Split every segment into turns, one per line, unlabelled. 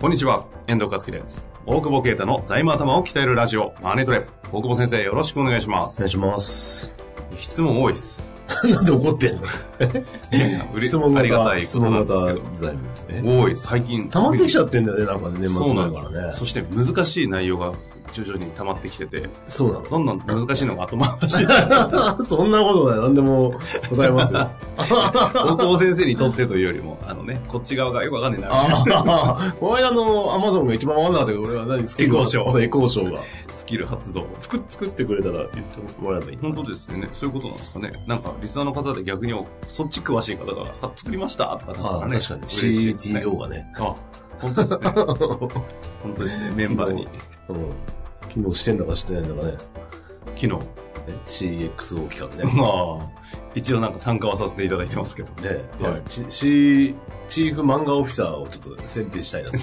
こんにちは、遠藤和樹です。大久保啓太の財務頭を鍛えるラジオ、マネトレ。大久保先生、よろしくお願いしま
お
す。
願いします。
質問多いです。
なんで怒ってんの
いやいや嬉し
質問
ありがた
型、
い
質
ことな
問
んで
型
す
財務
け
ね。
ど。多い、最近。
溜まってきち
ゃ
ゃってんだよね、なんかね、年
そ
末
うな
だ
んです
からね
そ。して難しい内容が徐々に溜まってきてて、
そうなの
どんどん難しいのが後回 し。
そんなことない。何でも答えます よ。
大久保先生にとってというよりも、あのね、こっち側がよくわかんないな。
あ あ、この間のアマゾンが一番わかんなかったけど、俺は何スキルが
エコー賞
そう、エコー賞が。
スキル発動。
作っ作ってくれたら言ってもらえばいい。
本当ですね。そういうことなんですかね。なんか、リスナーの方で逆に、そっち詳しい方が、あ作りましたとかなん
あ
か
あ、
ね。
確かに。
嬉しいですね
CTO がね。
あ、本当ですね。本当ですね。メンバーに。
うん。機能してんだかしてないんだかね。
昨日。
ね CXO 企画ね。
まあ、一応なんか参加はさせていただいてますけど。
ね、
はい
いやチチチーフ漫画オフィサーをちょっと選定したいな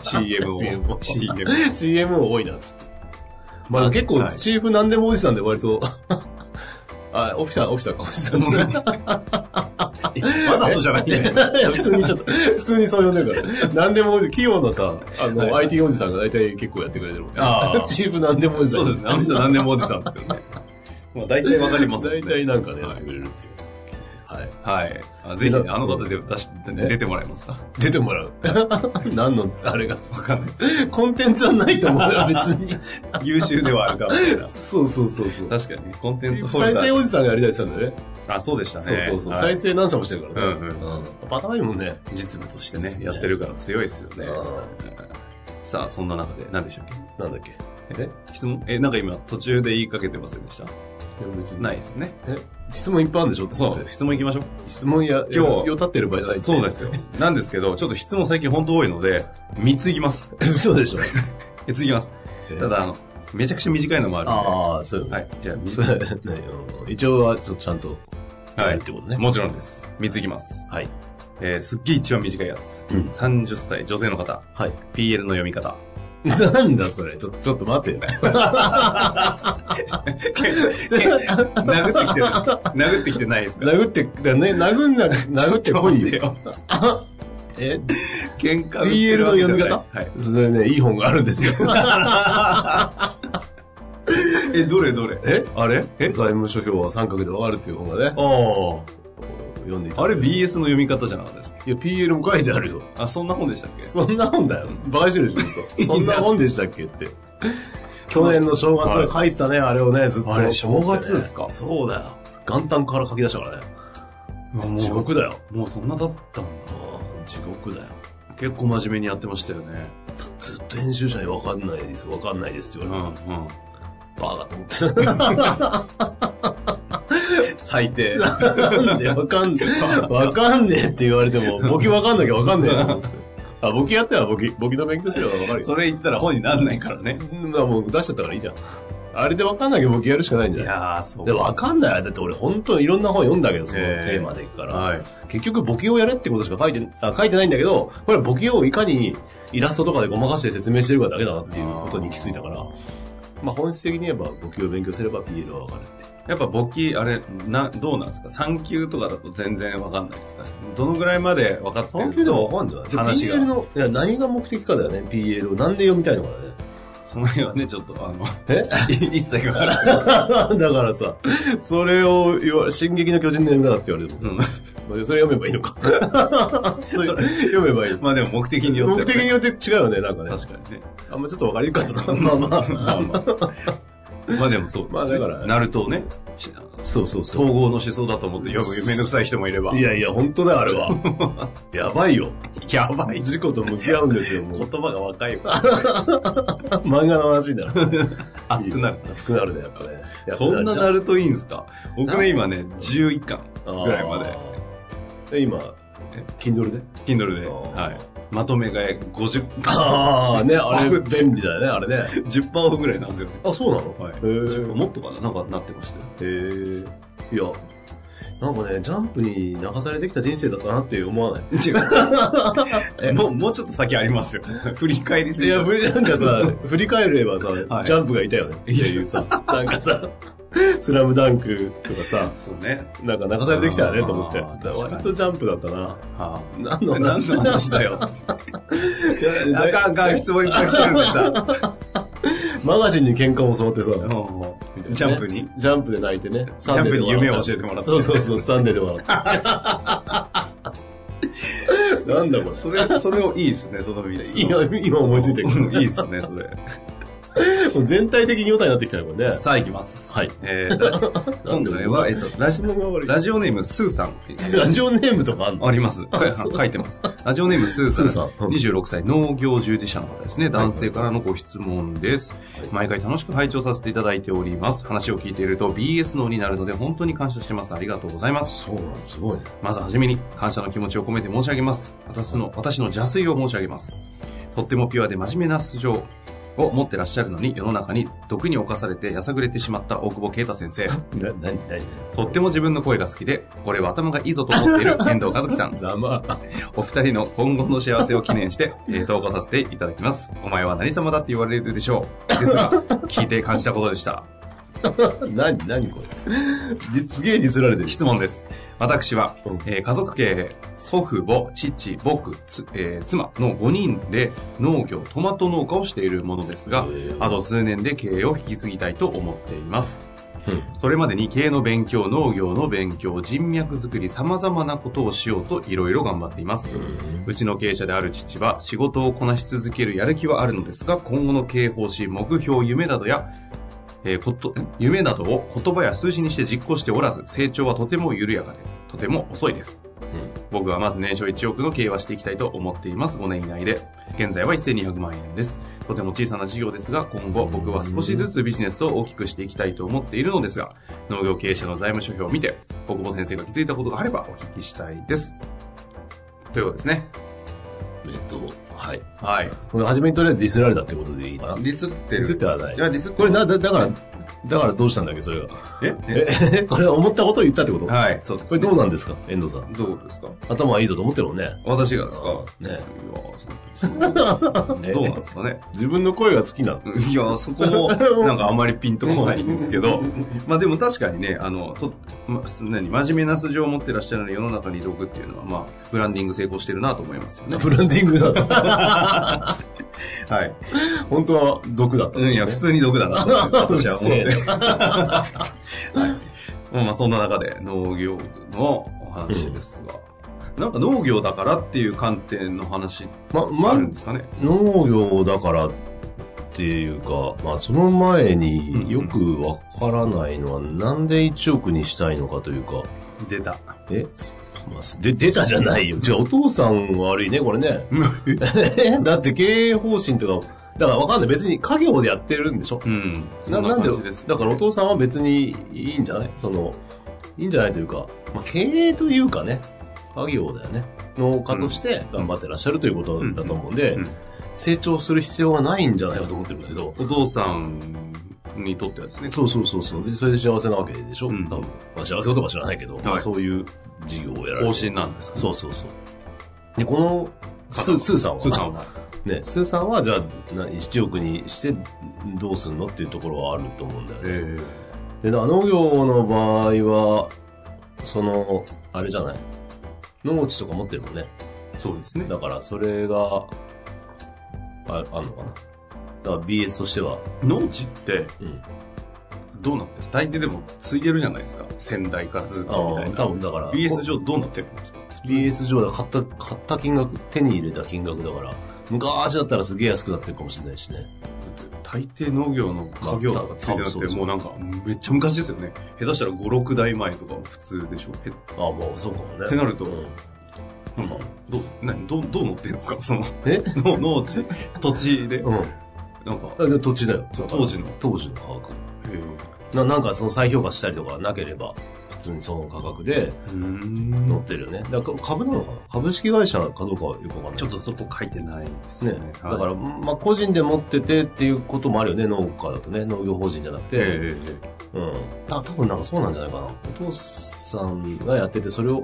C- CM を。CM。
CM 多いなっつって。まあでも結構
はい
チーフ何でもおじさんで割と、 あ、オフィサー、オフィサーか、おじさんじゃない。
わざとじゃないね。
いや、普通にちょっと、普通にそう呼んでるから。何でもおじ、企業のさ、あの、
は
IT おじさんが大体結構やってくれてるもんね。
ああ
チーフ何でもおじさん。
そうですね。あの人何年もおじさんですよね。まあ大体わかりますよね。
大体なんかね、や
は
っ
い
てくれるっていう。はい。
はい。あぜひね、あの方で出し
ね
出てもらえますか。
出てもらう。 何の、あれが、
わかんないです。
コンテンツはないと思うよ、別 に。
優秀ではあるかもしれない。
そうそうそうそう。
確かにね、コンテンツフォ
再
ルダ
生
ー。
おじさんがやりたいって言ってたんだよね。
あ、そうでしたね。
そうそうそう。
はい
再生何社もしてるからね。
うんう
バカないもんね。
実務としてね、やってるから強いですよね。
う
さあ、そんな中で、何でしたっけ
なんだっけ。え
質問え、なんか今、途中で言いかけてませんでした
いや別に
ないですね。
え質問いっぱいあるんでしょ
そ
だっ
う、
て
質問行きましょう。
質問や、
今日
よ立ってる場合じゃないって
そうで。 すよ。なんですけど、ちょっと質問最近本当多いので、3ついきます。
嘘でしょ。
え 次いきます。ただ、あの、めちゃくちゃ短いのもあるん
ああ、そうよ
で。は
ね。
い。じゃあ、
そ
3
れねうん 一応はちょっとちゃんと
つ。
や
は
るっ
い。
てことね。
もちろんです。3ついきます。
はい。
えー、すっげえ一番短いやつ。
うん
30歳女性の方。
はい。
PL の読み方。
なんだそれ。ちょ、ちょっと待って。
殴ってきてる。 殴ってきてないですか
殴って、だね、殴 んな、殴ってこい
ちょ
よ
っ。
え
喧嘩売って
PL
る
の
わけじゃ
読
ない
み方
はい。
それね、いい本がある んですよ。
え、どれどれ
え
あれえ
財務諸表は三角で分かるっていう本がね、
あ
読んでい
あ。
た
あ
だい
れ
て
BS の読み方じゃなかったですか
いや、PL も書いてあるよ。
あ、そんな本でしたっけ
そんな本だよ。バカにしてる でしょずっと、そんな本でしたっけって。去年の正月書いてたね、あれをね、ずっと。
あれ正月ですか
そうだよ。元旦から書き出したからね。地
も
獄だよ。
う、もうそんなだったんだ。
うん地獄だよ。
結構真面目にやってましたよね。
ずっと編集者に分かんないです、分かんないですって
う
言
ん
われて、
うん。
バカと思って
最 低。
た。なんで分かんねえ、分かんねえって言われても、簿記分かんなきゃ分かんねえなと思って。あ、簿記やったら簿記、簿記の勉強すれば分かるよ。
それ言ったら本になんないからね。
うんまあもう出しちゃったからいいじゃん。あれで分かんなきゃ僕やるしかないん
い
じゃない
やー、そう。
で、分かんない。だって俺本当にいろんな本読んだけど、その
ええ
テーマでいくから。
はい。
結局、簿記をやれってことしか書いて、あ書いてないんだけど、これは簿記をいかにイラストとかでごまかして説明してるかだけだなっていうことに行き着いたから、まあ本質的に言えば簿記を勉強すれば PL は分かるって。
やっぱ簿記、あれ、な、どうなんですか ?3 級とかだと全然わかんないですかどのぐらいまで分かってる
3級でも分かんじゃない
話
で
が
?PL の、いや、何が目的かだよね、PL を。なんで読みたいのかだね。
その辺はね、ちょっと、あの、
え
一切わからない。
だからさ、それを言わ、進撃の巨人の読み方って言われても、
うん
まあそれ読めばいいの か。それ読めばいい。
まあでも目的によって
目
はね、
的によって違うよね、なんかね。
確かにね。
あんまちょっと分かりにくかったな。まあ ま
まあまあ。まあでもそう。
まあだから
ナルトをね、し
そうそう
統合の思想だと思って読むめんどくさい人もいれば。
いやいや、本当だよ、あれは。 やばいよ。
やばい。
事故と向き合うんですよ、もう
言。葉が若いわ。
漫画の話になる。
熱くなる。
熱くなるね、やっぱね。やっぱ
そんななるといいんですか僕ね、今ね、
ん
11巻ぐらいまで、
で。え今
え、
Kindle で
Kindle で、
あー
はい。まとめ買い50巻、
ああ、ね、あ
バ
れ
グって
便利だよね、あれね。
10%オフぐらいなんですよね。
あ、そうなの
はい
へ
10%
ー
もっとかななんかなってましたよ。
へーいや、なんかね、ジャンプに流されてきた人生だったなって思わない
えもう、もうちょっと先ありますよ。 振り返りす
い
ぎ
や、振り、なんか さ、振り返ればさ、
はい
ジャンプがいたよね。っていうさ、なんかさ、スラムダンクとかさ、
そうね。
なんか流されてきたよねと思って。
あー確かに
割とジャンプだったな。
はあ
何の
何の
話
話だよ。
いや
あかんあかん、質問いっぱい来てるんで した。
マガジンに喧嘩を教わってさ、
ジャンプに
ジャンプで泣いてね。
ジャンプに夢を教えてもらった
そうそう そう、サンデーで笑った。なんだこ
それ、それをいいですね、その3つ。
れ。いや、今思いついてる。
うん いいですね、それ。
もう全体的にヨタになってきたよ、これね。
さあ、いきます。
はい。
えー、今回は、えっと、ラジ
質問が悪い。
ラジオネーム、スーさんっていう
ラジオネームとかあんの
あります。か書いてます。ラジオネーム、スーさん。
スーさんうん
26歳、農業従事者の方ですね。男性からのご質問です。毎回楽しく拝聴させていただいております。話を聞いていると BS 脳になるので本当に感謝してます。ありがとうございます。
そうなんですごいね。
まずはじめに感謝の気持ちを込めて申し上げます。私の、私の邪推を申し上げます。とってもピュアで真面目な素性を持ってらっしゃるのに世の中に毒に侵されてやさぐれてしまった大久保啓太先生。
な、なになに
とっても自分の声が好きで、俺は頭がいいぞと思っている遠藤和樹さん。
ざま あ。
お二人の今後の幸せを記念 して、えー投稿させていただきます。お前は何様だって言われるでしょう。です が、聞いて感じたことでした。
なになにこれ。ですげえディスられてる。
質問です。私は、
うん
えー家族系、祖父母、父、僕、つえー妻の5人で農業、トマト農家をしているものですが
へ、ー
あと数年で経営を引き継ぎたいと思っています。
うん
それまでに経営の勉強、農業の勉強、人脈作り、様々なことをしようといろいろ頑張っています。うちの経営者である父は仕事をこなし続けるやる気はあるのですが、今後の経営方針、目標、夢などや、えーこと、夢などを言葉や数字にして実行しておらず、成長はとても緩やかで、とても遅いです。僕はまず年商1億の経営はしていきたいと思っています。5年以内で。現在は1200万円です。とても小さな事業ですが、今後僕は少しずつビジネスを大きくしていきたいと思っているのですが、農業経営者の財務諸表を見て、国保先生が気づいたことがあればお聞きしたいです。ということですね。
えっと、はい。
はい。
これ、初めにとりあえずディスられたってことでいいかな。デ
ディスってる。
ィスってはない
い。や、ディスって
これな、だだから、だからどうしたんだっけ、それが。
ええ
え、 これ思ったことを言ったってこと
はい、そうです、
これどうなんですか、遠藤さん。
どうですか
頭はいいぞと思ってるもんね。
私がですか
ね
いやそう そうどうなんですかね
自分の声が好きなの。
いや、そこも、なんかあまりピンとこないんですけ ど、まあでも確かにね、あの、と、ま、何、真面目な素性を持ってらっしゃるの世の中に毒っていうのは、まあ、ブランディング成功してるなと思いますよ ね。
ブランディングだった。
はい。
本当は毒だった、
うん、いや、普 通に毒だな、私は思って。
うるせ
はい、まあ、そんな中で農業のお話ですが、なんか農業だからっていう観点の話
ま、
もある
ま
ん、ですかね。
農業だからっていうか、まあ、その前によくわからないのは、なんで1億にしたいのかというか、
出た。
え、まあ、で、出たじゃないよ。じゃあ、お父さん悪いね、これね。だって経営方針とか、だからわかんない。別に家業でやってるんでしょ
うん。
ななんで
そです
だからお父さんは別にいいんじゃないその、いいんじゃないというか、まあ、経営というかね、家業だよね。農家として頑張ってらっしゃるということだと思うんで、
うんうん
成長する必要はないんじゃないかと思ってるんだけど、
お父さんにとってはですね。
そうそうそうそう、別にそれで幸せなわけでしょ、
うん
多分。まあ、幸せかどうか知らないけど、まあ
はい
そういう事業をやられ
方
る。
針なんですか、
そうそうそう。で、この、スースーさんは
スーさんは。
ね、スーさんはじゃあ、な1億にしてどうすんのっていうところはあると思うんだよね。
え
で、だから農業の場合は、その、あれじゃない農地とか持ってるもんね。
えそうですね。
だから、それが、ああんのかな。だから BS としては、
農地って
うん。
どうなってる大抵でもついてるじゃないですか。仙台からずっ
あ
とみたい
ー
な。
多分だから、
BS
こ
上どうなってるんですか
BS 上だ、買った、買った金額、手に入れた金額だから、昔だったらすげえ安くなってるかもしれないしね。
大抵農業の家業とかついてな
まあ多分そ
く
う
て、
そう
もうなんかめっちゃ昔ですよね。下手したら5、6代前とか普通でしょ。え
ああ、もうそうかもね。
ってなると
うん
なんか、どう、などう、どう乗ってるんですかその、
え
農農地、土地で。
うん。
なんか、
あで土地だよ。
そう当時の
当時の価格。ななんかその再評価したりとかなければ、普通にその価格で載ってるよね。だから株なのかな株式会社かどうかはよくわかんない。
ちょっとそこ書いてないです
ね
ね。
だから、まあ、個人で持っててっていうこともあるよね、農家だとね。農業法人じゃなくて。
え
うん。た多分なんかそうなんじゃないかな。お父さんがやってて、それを、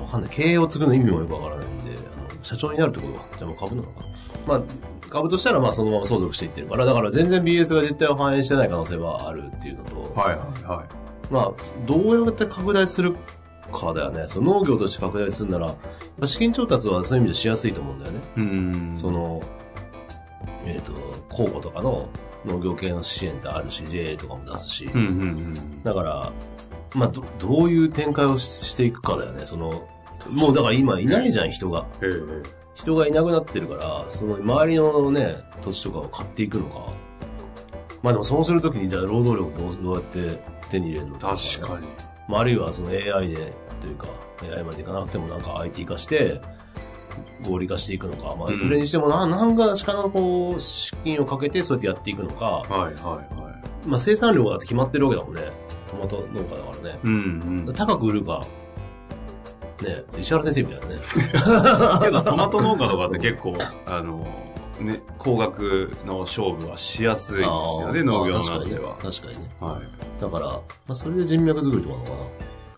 わかんない。経営を継ぐの意味もよくわからないんで、あの、社長になるってことは、じゃあもう株なのかな。まあ、株としたらまあそのまま相続していってるから、だから全然 BS が実態を反映してない可能性はあるっていうのと、
はいはいはい。
まあ、どうやって拡大するかだよね。その農業として拡大するなら、まあ資金調達はそういう意味でしやすいと思うんだよね。
うん
そ、の、えっ、と、公庫とかの農業系の支援ってあるし、JA とかも出すし、
うんうんうん。
だから、まあど、どういう展開をししていくかだよね。その、もうだから今いないじゃん、人が。
ええ
人がいなくなってるから、その周りのね、土地とかを買っていくのか。まあでもそうするときに、じゃあ労働力どうどうやって手に入れるのと
確かに。
まあ、あるいはその AI でというか AI までいかなくてもなんか IT 化して合理化していくのか、まあ、
うん
いずれにしても何なんかしかのこう資金をかけてそうやってやっていくのか、
はいはいはい。
まあ、生産量がだって決まってるわけだもんねトマト農家だからね、
うんうん。
高く売るかね石原先生みたいなね
け どトマト農家とかって結構、あの、ね、高額の勝負はしやすいんですよね、
あー
農業
まあ
なんでは。
確かにね確かにね
は
だから、まあ、それで人脈作りとかなのかな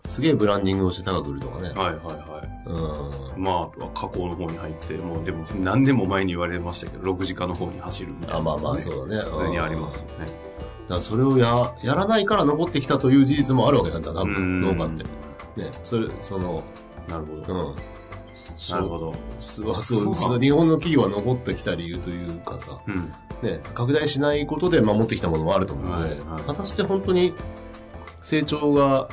すげえブランディングをして高く売るとかね
い。はいはいはい。
うん
まあ、あとは加工の方に入って、もうでも何年も前に言われましたけど、6時間の方に走るみたいな、
あまあまあそうだね
普通にありますよね。
だからそれをや、やらないから残ってきたという事実もあるわけなんだ、多
うん
分、農家って。ね、それ、その、
なるほ
う
ど。
ん。
なるほど。
すごい、すご
まあ
い、その日本の企業は残ってきた理由というかさ、
うん。
ね、拡大しないことで守ってきたものもあると思うので、
はいはい
果たして本当に成長が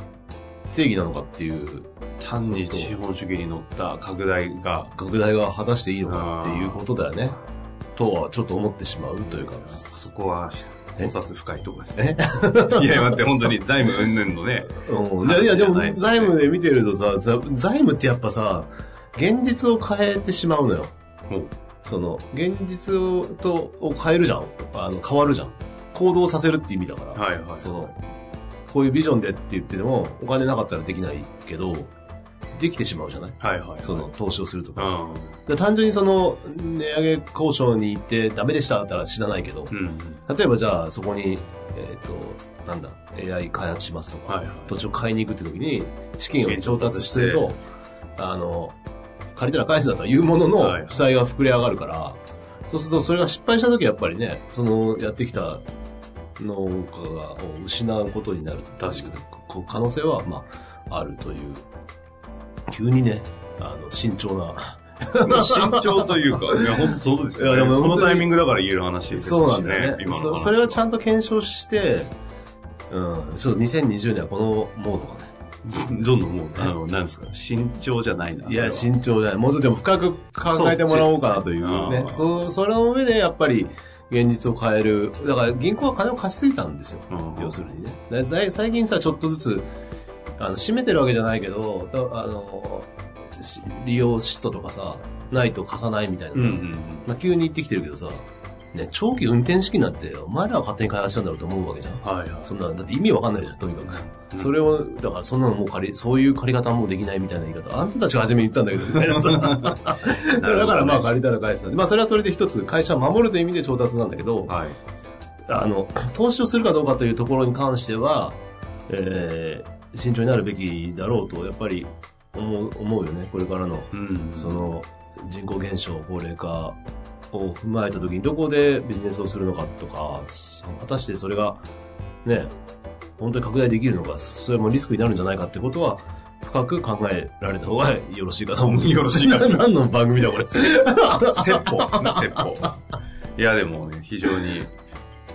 正義なのかっていう、
単に資本主義に乗った拡大が、
拡大が果たしていいのかっていうことだよね、とはちょっと思ってしまうというか、
そこは、考察深いところですね
え。
いや、待って、本当に財務云々のね。
うん、いやいやでも
じゃないですね
財務で見てるとさざ財務ってやっぱさ現実を変えてしまうのよ
もう
その現実をとを変えるじゃんあの変わるじゃん行動させるって意味だから、
はいはい。
そのこういうビジョンでって言っててもお金なかったらできないけどできてしまうじゃない
はいはい。
その投資をすると
う
か
ん。
で単純にその値上げ交渉に行ってダメでしただったら知らないけど
うん。
例えばじゃあそこにえっ、となんだ AI 開発しますとか、
はいはい。
土地を買いに行くって時に資金を調達する
資
と、あの、借りたら返すだとは言うもの
はい
の、負債が膨れ上がるから、そうするとそれが失敗した時はやっぱりね、そのやってきた農家がを失うことになる。
確かに
こ可能性は、まあ、あるという。急にね、あの、慎重な。
まあ慎重というか、いや、本当そうですよ、ね。
いやでも
この
本当に
タイミングだから言える話ですしね。
そうなんだよね。
今の
そ
話
それはちゃんと検証して、うん、そう、2020年はこのモードがね、
どんどんもう、あの、なんですか、慎重じゃないな。
いや、慎重じゃない。もうちょっとでも深く考えてもらおうかなというね。
そ
そそれの上でやっぱり現実を変える。だから銀行は金を貸しすぎたんですよ。
うん
要するにね。だだい最近さ、ちょっとずつ、あの、閉めてるわけじゃないけど、だあの、し利用嫉妬とかさ、ないと貸さないみたいな
うん
さ、
うん
まあ、急に言ってきてるけどさ、ね、長期運転資金なんて、お前らが勝手に開発したんだろうと思うわけじゃん。
はいはい。
そんな、だって意味わかんないじゃん、とにかく。
うん
それを、だからそんなのもう借り、そういう借り方はもうできないみたいな言い方。あんたたちが初めに言ったんだけど、みたいな さ。だ
なるほどね
からまあ借りたら返すなんで。まあそれはそれで一つ、会社を守るという意味で調達なんだけど、
はい。
あの、投資をするかどうかというところに関しては、えー、慎重になるべきだろうと、やっぱり思う、思うよね、これからの。
うん。
その人口減少、高齢化を踏まえた時にどこでビジネスをするのかとか、そ果たしてそれがね、本当に拡大できるのか、それもリスクになるんじゃないかってことは、深く考えられた方がよろしいかと思う。
よろしいかと
何の番組 だこれ。
説法ですね、説法。いや、でもね、非常に、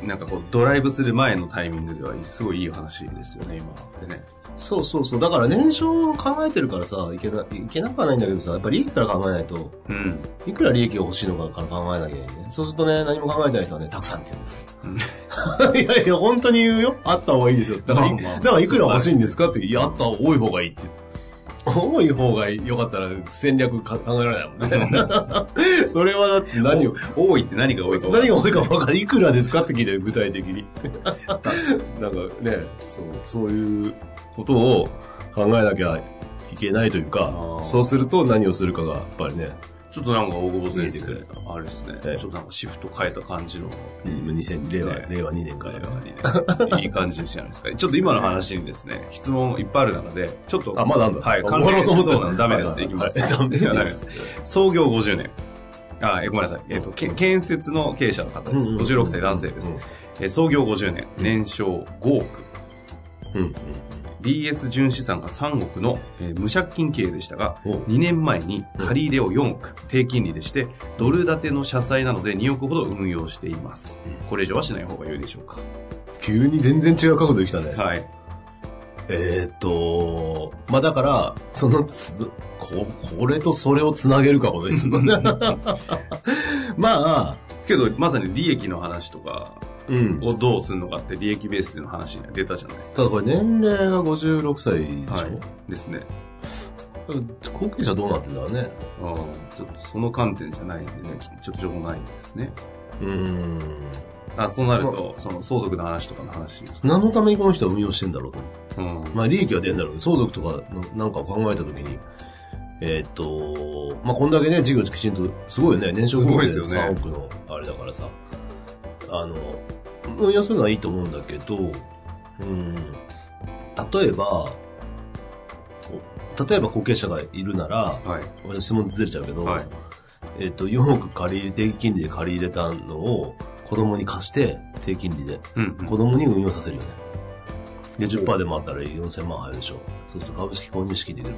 なんかこう、ドライブする前のタイミングでは、すごいいい話ですよね、今はね。
そうそうそう。だから年商を考えてるからさ、いけな、いけなくはないんだけどさ、やっぱり利益から考えないと、
うん。
いくら利益が欲しいのかから考えなきゃいけないね。そうするとね、何も考えてない人はね、たくさんって言 うんだ。いやいや、本当に言うよ。あった方がいいですよ。だから、
まあまあ
いだからいくら欲しいんですかって、いや、あった方が多い方がいいって言多い方が良かったら戦略か考えられないもんね。 それはだって何を、
多いって何が多いか分かんな
何
い
が多いか分かんない。いくらですかって聞いて具体的に。なんかね、そう、そういうことを考えなきゃいけないという
あ
か
ー、
そうすると何をするかがやっぱりね、
ちょっとなんか大久保先
いいで
生、あれですね、
ええ
ちょっとなんかシフト変えた感じの、
2000、令和、
ね
令和2年から。
いい感じじゃないですか。ちょっと今の話にですね、質問いっぱいある中で、ちょっと、
あ、まだなんだ。
はい、
終わろうと思った
そうなんダメです。いきます。
ダメ
いやダメ
で
です
す。
創業50年。あ、えごめんなさい。えっ、と、け建設の経営者の方です。56歳男性です。。え創業50年、年商5億。
うん。うん。
BS 純資産が3億の、えー無借金経営でしたが、
お
2年前に借り入れを4億、低金利でして、ドル建ての社債なので2億ほど運用しています
うん。
これ以上はしない方が良いでしょうか。
急に全然違う角度できたね。
はい。
えーっと、まあだから、そのつ、こ、これとそれをつなげるかことですもんね。 まあ、
けど、まさに利益の話とか
うん。
をどうするのかって利益ベースでの話には出たじゃないですか。
ただこれ年齢が56歳でしょ、
はい。ですね。
後継者どうなってんだろうね。
うん。ちょっとその観点じゃないんでね、ちょっと情報ないんですね。
うーん。
あ、そうなると、その相続の話とかの話ですね。
何のためにこの人は運用してんだろうと。
うん。
まあ利益は出んだろうけど相続とかななんかを考えたときに、えーっと、まあこんだけね、事業きちんと、すごいよね、年商
す
5
ごい
億
ですよね
3億のあれだからさ、あの、運用するのはいいと思うんだけど、うん、例えば、お例えば後継者がいるなら、
はい。
俺質問ずれちゃうけど、
はい
えーっと、4億借り入れ、低金利で借り入れたのを子供に貸して、低金利で。
うん。
子供に運用させるよね。で、10%でもあったら4000万入るでしょ。そうすると株式購入資金できる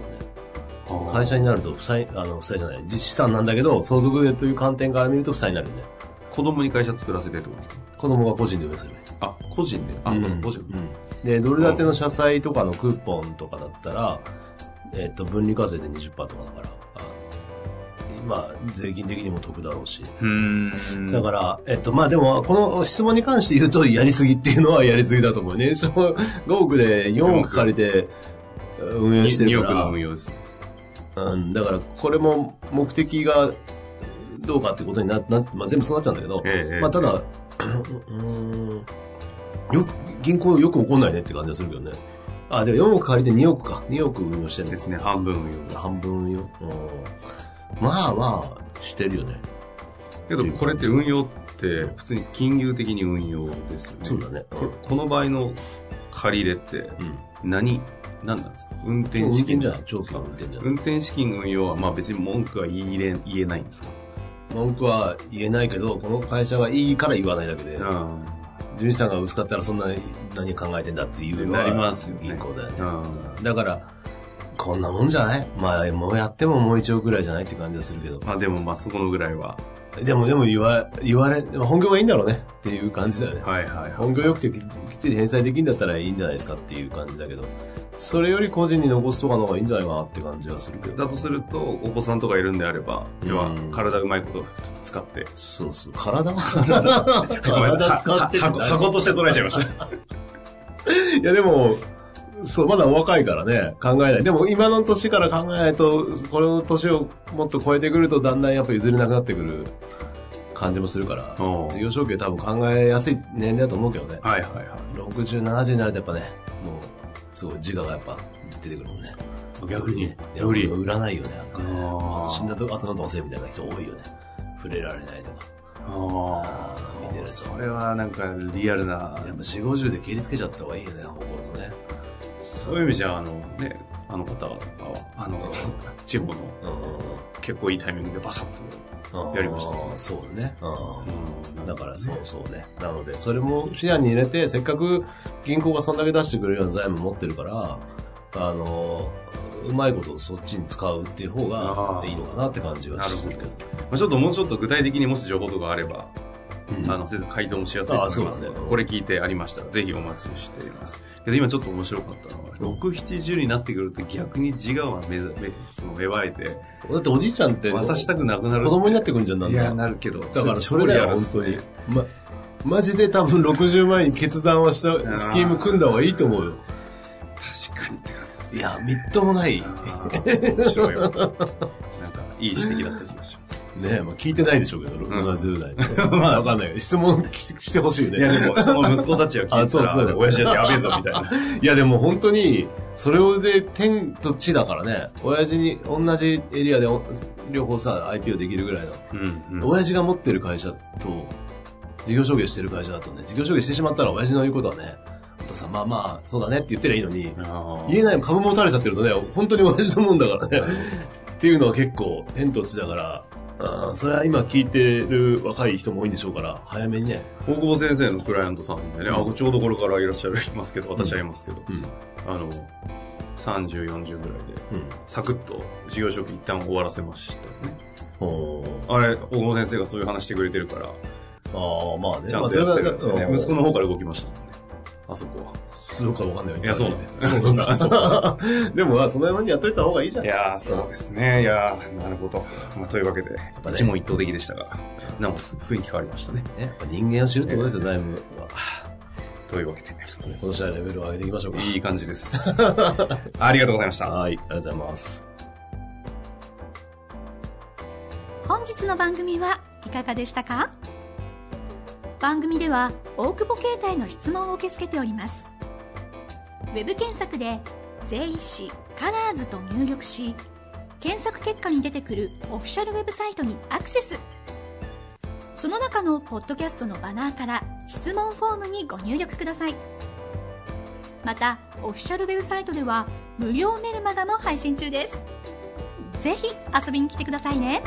もんね。会社になると負債、あの、負債じゃない、実資産なんだけど、相続税という観点から見ると負債になるよね。
子供に会社作らせてってことですか
子供が個人で運用すればいい。
あ、個人で。あ、そうそう個人で。
うんで、ドル建ての社債とかのクーポンとかだったら、えっと、分離課税で20%とかだから、あまあ、税金的にも得だろうし。
うん。
だから、えっと、まあでも、この質問に関して言うと、やりすぎっていうのはやりすぎだと思う。 年商5億で4億借りて運営して
2
る
億の
か
運用です。
ら、うん、だからこれも目的がどうかってことになな、まあ全部そうなっちゃうんだけど、
ええ
まあた、だ、 うん、よく、銀行よく怒んないねって感じがするけどね。あ、でも4億借りて2億か。2億運用してる
ですね、半分運用です。
半分運用。うんまあまあ、してるよね。
けど、これって運用って、普通に金融的に運用ですよね。
そうだね。
ここの場合の借り入れって
うん。
何、何なんですか運転
運
資
転
金
じゃない長期の運転じゃない
運転資金運用は、まあ別に文句は言い入れ言えないんですか
文句は言えないけどこの会社はいいから言わないだけで
うん。
純資産が薄かったらそんなに何考えてんだっていうの
なり
が
ますよね
銀行だよね
うん
だからこんなもんじゃないまあもうやってももう一億ぐらいじゃないって感じがするけど
まあでも、まあそこのぐらいは。
でもでも言わ言われ本業がいいんだろうねっていう感じだよね
はいはいはい。
本業よくてききっちり返済できるんだったらいいんじゃないですかっていう感じだけどそれより個人に残すとかの方がいいんじゃないかなって感じはするけど
だとすると、お子さんとかいるんであれば、要は
うん
体うまいこと使って、
そうそう 体体使って
はは箱箱として捉えちゃいました。
いや、でも、そう、まだお若いからね、考えない。でも、今の年から考えないと、この年をもっと超えてくると、だんだんやっぱ譲れなくなってくる感じもするから、
おう
事業承継多分考えやすい年齢だと思うけどね。
はいはいは
60、70になるとやっぱね、もう、すごい自我がやっぱ出てくるもんね。
い。逆に、
やっ
よ
ぱ
り、
売らないよね、なんかね。
あー
死んだと後の同性みたいな人多いよね。触れられないとか。
あ
あー見て
あ、
る
それはなんかリアルな、
やっぱ4、50で蹴りつけちゃった方がいいよね、方向のね。
そういう意味じゃ、あのね、あの方とかは、あの、 地方の
うん。
結構いいタイミングでバサッと、やりましたね
あーそうね。
うん
だからそうそうね。なので、それも視野に入れて、せっかく銀行がそんだけ出してくれるような財務持ってるから、あの、うまいことそっちに使うっていう方が
あー
いいのかなって感じはするけど。
まあちょっともうちょっと具体的にもし情報とかあれば、
うん
あの、先生回答もしやすいと思います
あそうですね
これ聞いてありましたら、ぜひお待ちしています。けど今ちょっと面白かったのは、
うん
6、70になってくると逆に自我はめざめその芽生えて、
だっておじいちゃんって、
渡したくなくな
子
る。
供になってくんじゃんなん
いや、
だ。
なるけど。
だからそれだよ、本当に。ま、マジで多分60前に決断はした、スキーム組んだ方がいいと思うよ。
確かにって感じです
いや、みっともない。ね
面白いわ。なんか、いい指摘だった気がし ます。
え、まあ聞いてないでしょうけど、70代。まあわかんないけど、質問ししてほしいね。
いや、でも、その息子たちは聞
あ
いて
そ
た
うそう
ら、親父だってやべえぞ、みたいな。
いやでも本当に、それで天と地だからね、親父に同じエリアでお両方さ、IPO できるぐらいの、
うんうん。
親父が持ってる会社と、事業承継してる会社だとね、事業承継してしまったら親父の言うことはね、あとさ、まあまあ、そうだねって言ってりゃいいのに、
あー
言えない株持たれちゃってるとね、本当に親父のもんだからね。っていうのは結構、天と地だから、あーそれは今聞いてる若い人も多いんでしょうから、早めにね。
大久保先生のクライアントさんでね、あごちょうどこれからいらっしゃるいますけど、私はいますけど、
うん。
あの、30、40ぐらいで、
うん。
サクッと事業承継一旦終わらせましたよね。
おー
あれ、大久保先生がそういう話してくれてるから、
ああ、まあね。
ちゃん
まあ
と
そ
や
れ
っ
は
てるからね
うん
息子の方から動きましたもんね。あそこは。
するかわかんないよ。
いやそうだ
そう そうだ。 でもまあ、その辺にやっといた方がいいじゃん。
いやー、そうですね。いやー、なるほど。まあ、というわけで、
ぱね
一問一答的でしたが、なんか雰囲気変わりましたね。
やっぱ人間を知るってことですよ、財務は。
というわけで、
ちょっとね、この試合レベルを上げていきましょうか。
いい感じです。 ありがとうございました。
はい、ありがとうございます。
本日の番組はいかがでしたか番組では大久保携帯の質問を受け付けておりますウェブ検索で「税理士カラーズと入力し検索結果に出てくるオフィシャルウェブサイトにアクセスその中のポッドキャストのバナーから質問フォームにご入力くださいまたオフィシャルウェブサイトでは無料メルマガも配信中ですぜひ遊びに来てくださいね